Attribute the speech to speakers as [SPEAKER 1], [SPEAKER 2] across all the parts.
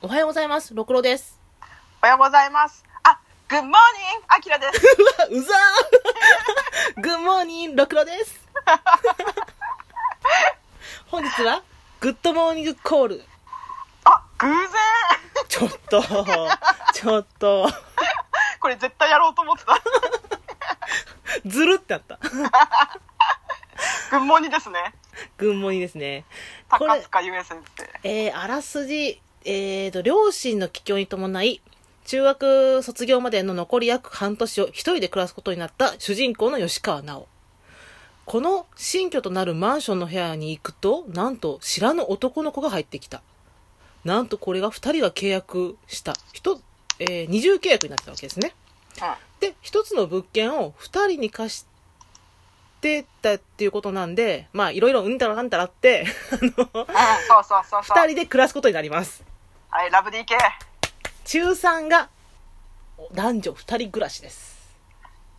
[SPEAKER 1] おはようございます。ろくろです。
[SPEAKER 2] おはようございます。あ、グッモーニング、アキラです。
[SPEAKER 1] うわ、うざ ーグッモーニング、ろくろです。本日は、グッドモーニングコール。
[SPEAKER 2] あ、偶然。
[SPEAKER 1] ちょっと、ちょっと、
[SPEAKER 2] これ絶対やろうと思ってた。
[SPEAKER 1] ずるってなった。
[SPEAKER 2] グッモーニングですね。
[SPEAKER 1] グッモーニングですね。こ
[SPEAKER 2] 高
[SPEAKER 1] れ、
[SPEAKER 2] 塚優也先生。
[SPEAKER 1] えー、あらすじ、えーと、両親の帰郷に伴い、中学卒業までの残り約半年を一人で暮らすことになった主人公の吉川直。この新居となるマンションの部屋に行くと、なんと知らぬ男の子が入ってきた。なんとこれが二人が契約した。一、えー二重契約になってたわけですね。で、一つの物件を二人に貸してたっていうことなんで、まあいろいろうんたらかんたらあって、 あの、
[SPEAKER 2] うん、うん、そうそうそうそう。
[SPEAKER 1] 二人で暮らすことになります。
[SPEAKER 2] はい、ラブ DK。
[SPEAKER 1] 中3が男女2人暮らしです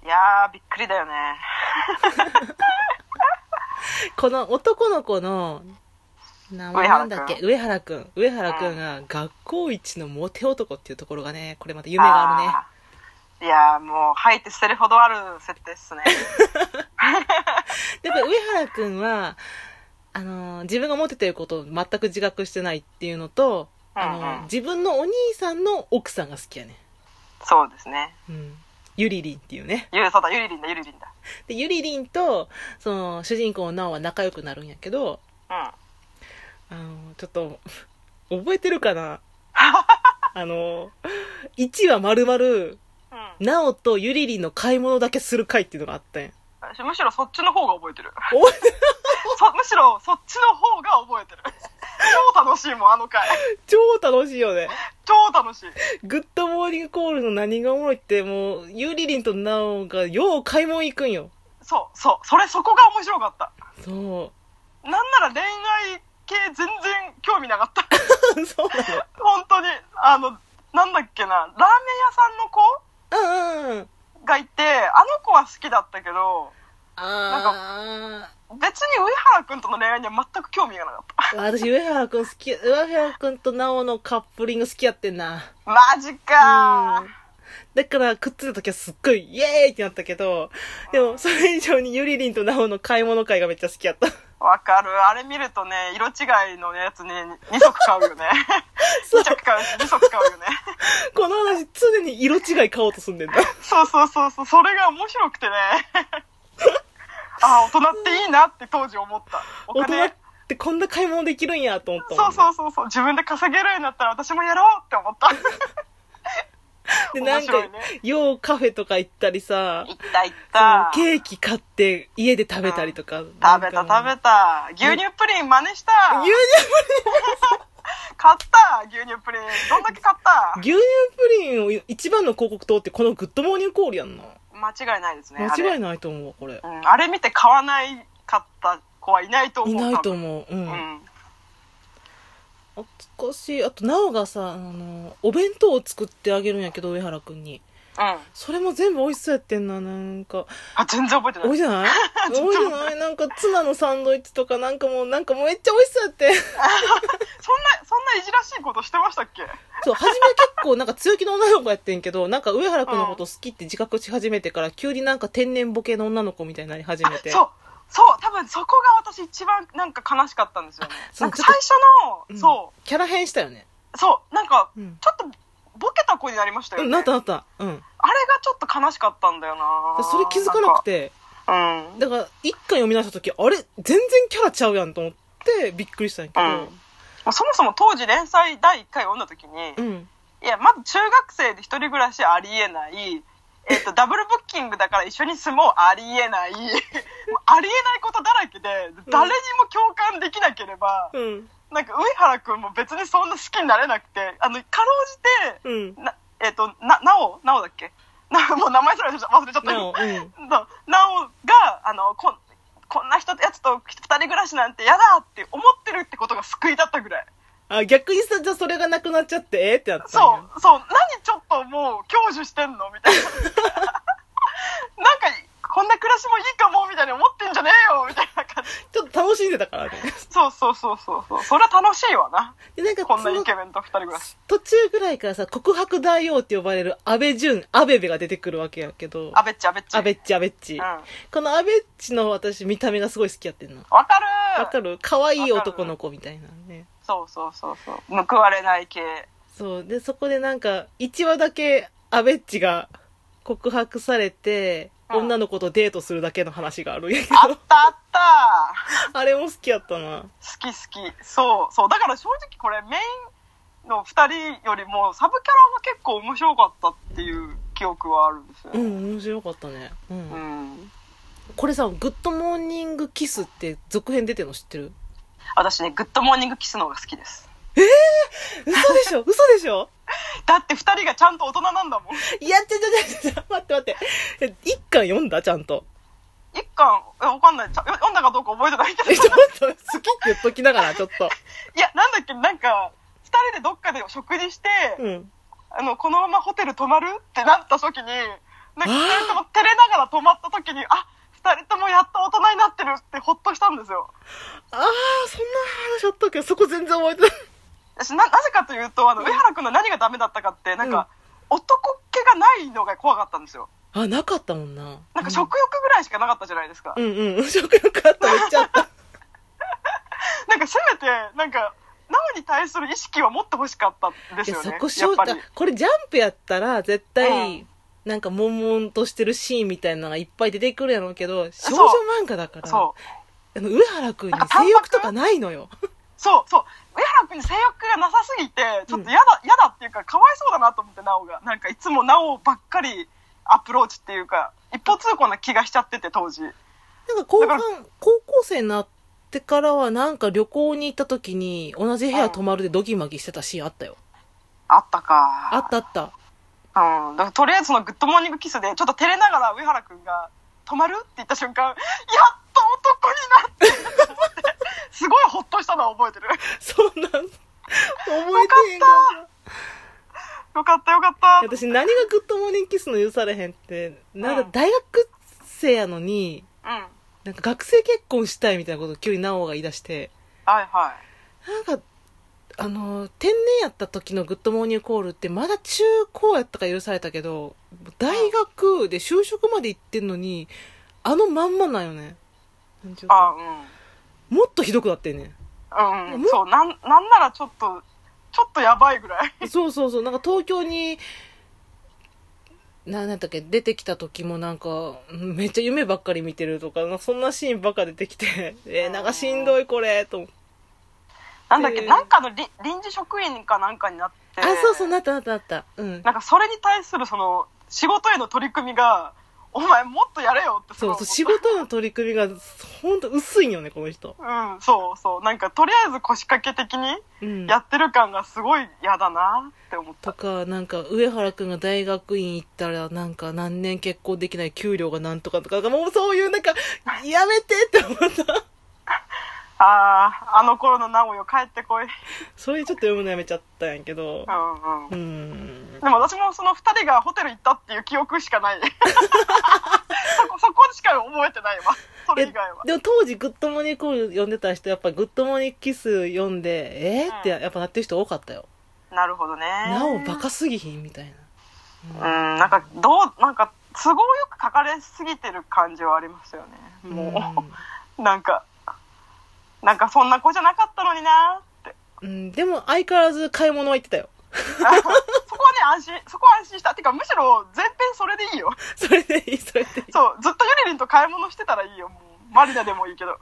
[SPEAKER 2] いやー、びっくりだよね。
[SPEAKER 1] この男の子の名前なんだっけ上原くん上原くんが学校一のモテ男っていうところがねこれまた夢があるね
[SPEAKER 2] あーいやー、もう、吐いて捨てるほどある設定っ すね。
[SPEAKER 1] でやっぱり上原くんはあのー自分がモテてることを全く自覚してないっていうのとあのー
[SPEAKER 2] うんうん
[SPEAKER 1] 自分のお兄さんの奥さんが好きやね
[SPEAKER 2] そうですね。
[SPEAKER 1] うんゆりりんっていうね
[SPEAKER 2] ゆう、そうだ、ゆりりんだ、ゆりりんだ。
[SPEAKER 1] でゆりりんとその主人公のなおは仲良くなるんやけど
[SPEAKER 2] うん。
[SPEAKER 1] あの、ちょっと、 覚えてるか なあの、1話まるまる、
[SPEAKER 2] うん
[SPEAKER 1] なおとゆりりんの買い物だけする回っていうのがあったん や。
[SPEAKER 2] 私むしろそっちの方が覚えてる
[SPEAKER 1] 覚えてる
[SPEAKER 2] そむしろそっちの方が覚 えてる超楽しいもんあの回
[SPEAKER 1] 超楽しいよね。
[SPEAKER 2] 超楽しい
[SPEAKER 1] グッドモーニングコールの何がおもろいって、もう、ゆりりんとなおがよう買い物行くんよ。
[SPEAKER 2] そうそうそれそこが面白かった
[SPEAKER 1] そ
[SPEAKER 2] なんなら恋愛系全然興味なかった
[SPEAKER 1] う。 そう
[SPEAKER 2] 本当にあのなんだっけなラーメン屋さんの子
[SPEAKER 1] なの。うんうんうん。
[SPEAKER 2] がいてあの子は好きだったけど
[SPEAKER 1] あ
[SPEAKER 2] 別に上原君との恋愛には全く興味がなかっ
[SPEAKER 1] ー。私、上原くん好き、上原くんとなおのカップリング好きやってんな。
[SPEAKER 2] たマジかー
[SPEAKER 1] うんだから、くっついた時はすっごい、イエーイってなったけど、でも、それ以上にゆりりんとなおの買い物会がめっちゃ好きやった。
[SPEAKER 2] わかるあれ見るとね色違いのやつね2足買うよね
[SPEAKER 1] そう
[SPEAKER 2] 2着買うし2足買うよね
[SPEAKER 1] この話、常に色違い買おうとすんでんだ。
[SPEAKER 2] そうそうそうそうそれが面白 くてねああ大人っていいなって当時思ったお
[SPEAKER 1] 大人
[SPEAKER 2] 金
[SPEAKER 1] ってこんな買い物できるんやと思ったもん
[SPEAKER 2] そうそうそうそう自分で稼げるようになったら私もやろうって思った
[SPEAKER 1] で、なんか
[SPEAKER 2] 面白いね、
[SPEAKER 1] ようカフェとか行ったりさ、
[SPEAKER 2] 行った行っ
[SPEAKER 1] その
[SPEAKER 2] た食
[SPEAKER 1] ケーキ買って家で食べたりとか。食
[SPEAKER 2] べた食べた牛乳プリン真似した
[SPEAKER 1] 牛
[SPEAKER 2] 買った牛乳プリンどんだけ買った
[SPEAKER 1] 乳、牛乳プリンを一番の広告塔ってこのグッドモーニングコールやんな。
[SPEAKER 2] 間違いないですねあれ
[SPEAKER 1] 間違いないと思うわ、これ
[SPEAKER 2] う。ん、あれ見て買わないかった子はいないと思
[SPEAKER 1] いうないと
[SPEAKER 2] 思
[SPEAKER 1] 思う。う。
[SPEAKER 2] うんん
[SPEAKER 1] 懐かしいあとなおがさあのお弁当を作ってあげるんやけど上原くんに
[SPEAKER 2] うん
[SPEAKER 1] それも全部美味しそうやってんななんか
[SPEAKER 2] あ、全然覚えて
[SPEAKER 1] 美
[SPEAKER 2] な
[SPEAKER 1] 味
[SPEAKER 2] い。
[SPEAKER 1] しいじゃない 美味しいじゃないなんかツナのサンドイッチとかなんかもうなんかもうめっちゃ美味しそうやって
[SPEAKER 2] そんな、そんないじらしいことしてましたっけ
[SPEAKER 1] そう初め結構なんか強気の女の子やってんけどなんか上原くんのこと好きって自覚し始めてから急になんか天然ボケの女の子みたいになり始めて
[SPEAKER 2] そう。そう、多分そこが私一番なんか悲しかったんですよね。
[SPEAKER 1] そう
[SPEAKER 2] なんか
[SPEAKER 1] ちょ
[SPEAKER 2] 最
[SPEAKER 1] っと
[SPEAKER 2] 初
[SPEAKER 1] う
[SPEAKER 2] の、
[SPEAKER 1] ん
[SPEAKER 2] そ
[SPEAKER 1] キャラ変したよね
[SPEAKER 2] う、そう、なんか、
[SPEAKER 1] うん
[SPEAKER 2] ちょっとボケた子になりましたよ
[SPEAKER 1] う
[SPEAKER 2] ね。
[SPEAKER 1] んなったなったうん
[SPEAKER 2] あれがちょっと悲しかったんだよな
[SPEAKER 1] それ気づかなく。て
[SPEAKER 2] なんかうん。
[SPEAKER 1] だから一巻読み出した時あれ全然キャラちゃうやんと思ってびっくりしたんやけど、
[SPEAKER 2] うんもうそもそも当時連載第1回読んだ時に、
[SPEAKER 1] うん。
[SPEAKER 2] いや、まず中学生で一人暮らしありえない。え っと、ダブルブッキングだから一緒に住もうありえない。 もうありえないことだらけで、誰にも共感できなければ、
[SPEAKER 1] うん。
[SPEAKER 2] なんか上原くんも別にそんな好きになれなくて、あの、かろ
[SPEAKER 1] う
[SPEAKER 2] うじ
[SPEAKER 1] ん
[SPEAKER 2] て、。な、えっと、な、なお、なおだっけ なもう名前すら忘れちゃった。忘れちゃった
[SPEAKER 1] なお、うん。
[SPEAKER 2] そうなおが、あの、こん、こんな人やつと二人暮らしなんて嫌だって思ってるってことが救いだったぐらい。
[SPEAKER 1] あ、逆にさ、じゃあそれがなくなっちゃって、えーってなったん
[SPEAKER 2] そ
[SPEAKER 1] や。
[SPEAKER 2] う、そう、何ちょっともう享受してんのみたいな。 なんか、こんな暮らしもいいかもみたいに思ってんじゃねえよみたいな感じ
[SPEAKER 1] ちょっと楽しんでたから ね。
[SPEAKER 2] そうそうそうそうそう。それは楽しいわな。
[SPEAKER 1] で、なんか
[SPEAKER 2] こん
[SPEAKER 1] そ
[SPEAKER 2] なイ
[SPEAKER 1] の
[SPEAKER 2] ケメンと二人暮らし。
[SPEAKER 1] 途中ぐらいからさ、告白大王って呼ばれる安倍淳、安倍部が出てくるわけやけど、
[SPEAKER 2] あべっちあべっち。
[SPEAKER 1] 安倍っち安倍っち。
[SPEAKER 2] うん。わ
[SPEAKER 1] この安倍っちの私見た目がすごい好きやってんの。
[SPEAKER 2] かる
[SPEAKER 1] わかる可愛い男の子みたいなね。
[SPEAKER 2] そうそうそうそう。報われない系。
[SPEAKER 1] そう。で、そこでなんか、1話だけ安倍っちが告白されて、
[SPEAKER 2] うん
[SPEAKER 1] 女の子とデートするだけの話があるんやけど、
[SPEAKER 2] あったあった
[SPEAKER 1] あれも好きやったな。
[SPEAKER 2] 好き好きそうそうだから正直これメインの2人よりもサブキャラが結構面白かったっていう記憶はあるんですよ
[SPEAKER 1] う
[SPEAKER 2] ね
[SPEAKER 1] ん、面白かったね。う。
[SPEAKER 2] うんん、
[SPEAKER 1] これさ、グッドモーニングキスって続編出てるの知ってる
[SPEAKER 2] 私ね「グッドモーニングキス」の方が好きです
[SPEAKER 1] 嘘でしょ嘘でしょ
[SPEAKER 2] だって2人がちゃんと大人なんだもん
[SPEAKER 1] いや、ちょちょちょちょ、待って待って。え一巻読んだちゃんと。
[SPEAKER 2] 一巻えわかんないちゃ読んだかどうか覚えて ないけど
[SPEAKER 1] え、ちょ
[SPEAKER 2] い
[SPEAKER 1] っと、好きって言っときながら、ちょっと。
[SPEAKER 2] やなんだっけなんか2人でどっかで食事して、
[SPEAKER 1] うん。
[SPEAKER 2] あのこのままホテル泊まるってなった時になんか2人とも照れながら泊まった時にあ二2人ともやっと大人になってるってほっとしたんですよ
[SPEAKER 1] あー、そんな話あったっけど、そこ全然覚えてない。
[SPEAKER 2] 私ななぜかというとあの上原君の何がダメだったかってなんか、男っ気がないのが怖かったんですよ
[SPEAKER 1] あ、なかったもんな。
[SPEAKER 2] なんか食欲ぐらいしかなかったじゃないですか、
[SPEAKER 1] うんうん、食欲あった、めっちゃあった。
[SPEAKER 2] なんかせめてなんか脳に対する意識は持ってほしかったん です
[SPEAKER 1] いや
[SPEAKER 2] よ
[SPEAKER 1] そ
[SPEAKER 2] ね
[SPEAKER 1] こし
[SPEAKER 2] や
[SPEAKER 1] ょ
[SPEAKER 2] っぱり
[SPEAKER 1] これジャンプやったら絶
[SPEAKER 2] う
[SPEAKER 1] 対
[SPEAKER 2] ん
[SPEAKER 1] なんか悶々としてるシーンみたいなのがいっぱい出てくるやろうけど少女漫画だから
[SPEAKER 2] そう
[SPEAKER 1] あの上原くんに
[SPEAKER 2] なんか淡
[SPEAKER 1] 性
[SPEAKER 2] 白
[SPEAKER 1] 欲とかないのよ
[SPEAKER 2] そうそう上原君に性欲がなさすぎてちょっと嫌だ,、嫌だっていうかかわいそうだなと思ってなおがなんかいつもなおばっかりアプローチっていうか一方通行な気がしちゃってて当時
[SPEAKER 1] なんか後
[SPEAKER 2] だ
[SPEAKER 1] 半
[SPEAKER 2] か
[SPEAKER 1] 高校生になってからはなんか旅行に行った時に同じ部屋泊まるでドギマギしてたシーンあったよ
[SPEAKER 2] あったか
[SPEAKER 1] あったあった
[SPEAKER 2] うん、だからとりあえずそのグッドモーニングキスでちょっと照れながら上原くんが「止まる?」って言った瞬間やっと男になってと思ってすごいホッとしたのは覚えてる
[SPEAKER 1] そうなん覚えてへんかった
[SPEAKER 2] よよかったよかった
[SPEAKER 1] 私何がグッドモーニングキスの許されへんってなん
[SPEAKER 2] う
[SPEAKER 1] か
[SPEAKER 2] ん
[SPEAKER 1] 大学生やのに
[SPEAKER 2] うん
[SPEAKER 1] なんか学生結婚したいみたいなことを急に直央が言い出して
[SPEAKER 2] はいは
[SPEAKER 1] なんか、あの、天然やった時のグッドモーニングコールってまだ中高やったから許されたけど、大学で就職まで行ってんのに、あのまんまなんよね。
[SPEAKER 2] いあうん
[SPEAKER 1] もっとひどくなってんね
[SPEAKER 2] うん、
[SPEAKER 1] も
[SPEAKER 2] そうなんなんならちょっとちょっとやばいぐらい
[SPEAKER 1] ん。そうそうそう、なんか東京に、な、なんだっけ、出てきた時もなんか、うんめっちゃ夢ばっかり見てるとか、なんかそんなシーンばっか出てきて、えーなんかしんどいこれ、と思って。
[SPEAKER 2] なんだっ
[SPEAKER 1] え
[SPEAKER 2] け
[SPEAKER 1] ー
[SPEAKER 2] なんかのり臨時職員かなんかになって
[SPEAKER 1] あ、そうそう、なったなったなった。うん。
[SPEAKER 2] なんかそれに対するその仕事への取り組みが「お前もっとやれよ」ってす
[SPEAKER 1] そ
[SPEAKER 2] ごいう思っ
[SPEAKER 1] そう、
[SPEAKER 2] た
[SPEAKER 1] 仕事の取り組みが、ほんと薄いんよね、この人。
[SPEAKER 2] うんそうそうなんかとりあえず腰掛け的に
[SPEAKER 1] うん。
[SPEAKER 2] やってる感がすごい嫌だなって思った
[SPEAKER 1] と。か、なんか、上原くんが大学院行ったら、なんか、何年結婚できない給料がなんとかとか、なんかもうそういう、なんか、やめてって思った。
[SPEAKER 2] ああ、あの頃の直よ帰ってこい。う
[SPEAKER 1] それちょっと読むのやめちゃったんやけど。
[SPEAKER 2] ん
[SPEAKER 1] う。
[SPEAKER 2] うん
[SPEAKER 1] ん。
[SPEAKER 2] でも私もその二人がホテル行ったっていう記憶し かない。そこ、そこしか覚えてないわ。そ
[SPEAKER 1] え
[SPEAKER 2] れ以外は。
[SPEAKER 1] でも当時、グッドモーニングコール読んでた人、やっぱグッドモーニングキス読んで、えー、って、
[SPEAKER 2] う
[SPEAKER 1] やっぱなってる人多かったよ。
[SPEAKER 2] なるほどね。
[SPEAKER 1] なお、バカすぎひんみたいな。
[SPEAKER 2] うん、なんかどう、なんか都合よく書かれすぎてる感じはありますよね。もう、なんか、なんかそんな子じゃなかったのになって。
[SPEAKER 1] う ん、うん、でも、相変わらず買い物は行ってたよ。
[SPEAKER 2] あそこはね、安心、そこは安心した。てか、むしろ前編それでいいよ。
[SPEAKER 1] それでいい、それでいい。
[SPEAKER 2] そう、ずっとゆりりんと買い物してたらいいよ、もう。マリナでもいいけど。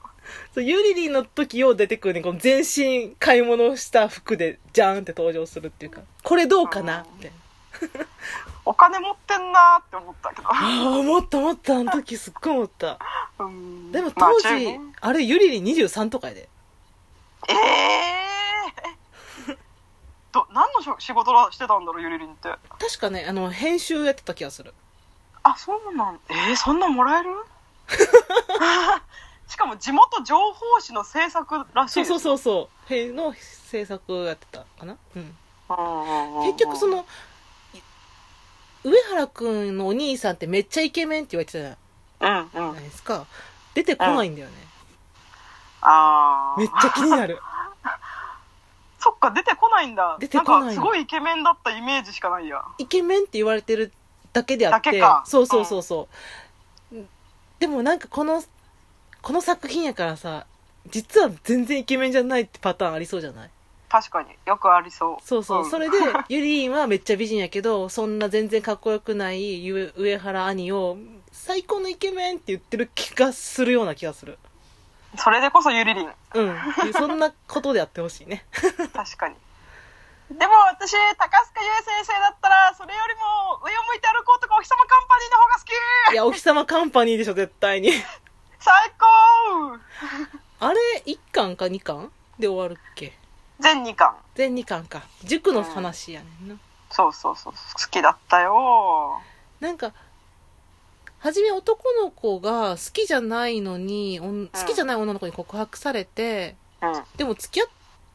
[SPEAKER 1] そうユリリンの時よう出てくるねこの全身買い物した服でジャーンって登場するっていうかこれどうかなって
[SPEAKER 2] お金持ってんなーって思ったけど。
[SPEAKER 1] ああ思った思ったあの時すっごい思った
[SPEAKER 2] うん
[SPEAKER 1] でも当時、
[SPEAKER 2] まあ
[SPEAKER 1] あ
[SPEAKER 2] 中ね
[SPEAKER 1] れユリリン23とかやで
[SPEAKER 2] ええー、ど、何のしょ仕事らしてたんだろう、ゆりりんって。
[SPEAKER 1] 確かねあの編集やってた気がする
[SPEAKER 2] あ、そうなん、えー、そんなもら えるしかも地元情報誌の制作らしい
[SPEAKER 1] そう
[SPEAKER 2] です。
[SPEAKER 1] そうそうそう編の制作やってたかなうん
[SPEAKER 2] うんうんうんうん
[SPEAKER 1] 結局そ、の上原くんのお兄さんってめっちゃイケメンって言われてたじゃ
[SPEAKER 2] うんうん
[SPEAKER 1] ない。ですか出てこないんだよね
[SPEAKER 2] ああ
[SPEAKER 1] めっちゃ気になる。
[SPEAKER 2] そっか出てこないんだ
[SPEAKER 1] 出てこない
[SPEAKER 2] んかすごいイケメンだったイメージしかないや
[SPEAKER 1] イケメンって言われてるだけであっ
[SPEAKER 2] だけ
[SPEAKER 1] て
[SPEAKER 2] か
[SPEAKER 1] そうそうそうそう、でもなんかこのこの作品やからさ実は全然イケメンじゃないってパターンありそうじゃない
[SPEAKER 2] 確かによくありそう
[SPEAKER 1] そうそう、
[SPEAKER 2] ん
[SPEAKER 1] そ れでユリーンはめっちゃ美人やけどそんな全然かっこよくないゆ上原兄を最高のイケメンって言ってる気がするような気がする
[SPEAKER 2] それでこそゆりりん
[SPEAKER 1] うん そんなことであってほしいね
[SPEAKER 2] 確かにでも私高須賀優先生だったらそれよりも上を向いて歩こうとかお日様カンパニーの方が好き
[SPEAKER 1] いやお日様カンパニーでしょ絶対に
[SPEAKER 2] 最高
[SPEAKER 1] あれ1巻か2巻で終わるっけ
[SPEAKER 2] 全2巻
[SPEAKER 1] 全2巻か塾の話やねんな、
[SPEAKER 2] そうそうそう好きだったよ
[SPEAKER 1] なんか初め男の子が好きじゃないのに、おん好きじゃない女の子に告白されて、
[SPEAKER 2] うん
[SPEAKER 1] でも付き合っ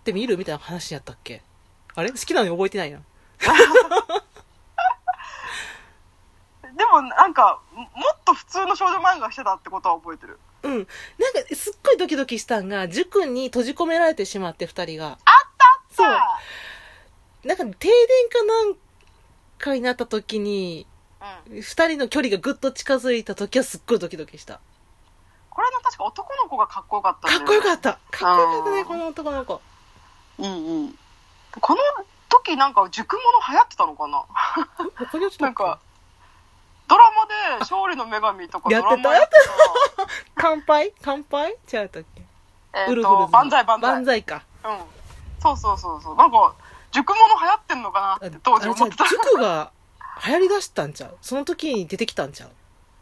[SPEAKER 1] てみるみたいな話やったっけあれ好きなのに覚えてないな
[SPEAKER 2] でもなんかももっと普通の少女漫画してたってことは覚えてる
[SPEAKER 1] うんなんかすっごいドキドキしたんが塾に閉じ込められてしまって2人がそう
[SPEAKER 2] さ
[SPEAKER 1] なんか停電かなんかになった時に
[SPEAKER 2] あうん、
[SPEAKER 1] 2人の距離がぐっと近づいた時はすっごいドキドキした
[SPEAKER 2] これの確か男の子がかっこよかった
[SPEAKER 1] か
[SPEAKER 2] んだよ
[SPEAKER 1] っ
[SPEAKER 2] ね
[SPEAKER 1] こよかったかっこよかった
[SPEAKER 2] あ
[SPEAKER 1] ね
[SPEAKER 2] ー
[SPEAKER 1] この男の子
[SPEAKER 2] いいいいこの時なんか熟物流行ってたのかな
[SPEAKER 1] 他に落ちた
[SPEAKER 2] な
[SPEAKER 1] っ
[SPEAKER 2] ん
[SPEAKER 1] け
[SPEAKER 2] かドラマで「勝利の女神」とかド
[SPEAKER 1] や
[SPEAKER 2] ラ
[SPEAKER 1] って
[SPEAKER 2] マ
[SPEAKER 1] た
[SPEAKER 2] やって
[SPEAKER 1] 乾杯乾杯違うたっけ
[SPEAKER 2] たえ
[SPEAKER 1] ウ
[SPEAKER 2] っ
[SPEAKER 1] ルフル
[SPEAKER 2] と
[SPEAKER 1] ズ
[SPEAKER 2] 万歳万歳
[SPEAKER 1] か
[SPEAKER 2] うんそうそうそうそうなんか熟物流行ってんのかな
[SPEAKER 1] あ
[SPEAKER 2] って当時
[SPEAKER 1] あれ
[SPEAKER 2] 思ってた
[SPEAKER 1] じゃあ塾が流行りだしたんちゃうその時に出てきたんちゃう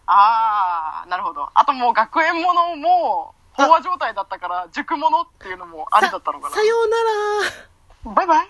[SPEAKER 2] ああなるほどあともう学園ものも飽和状態だったから熟物っていうのもありだったのか
[SPEAKER 1] さようなら
[SPEAKER 2] なバイバイ